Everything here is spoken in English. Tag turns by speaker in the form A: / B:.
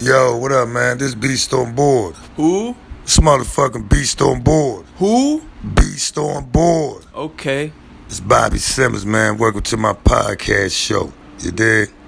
A: Yo, what up, man? This Beast on board.
B: Who?
A: This motherfucking Beast on board.
B: Who?
A: Beast on board.
B: Okay.
A: It's Bobby Simmons, man. Welcome to my podcast show. You dig?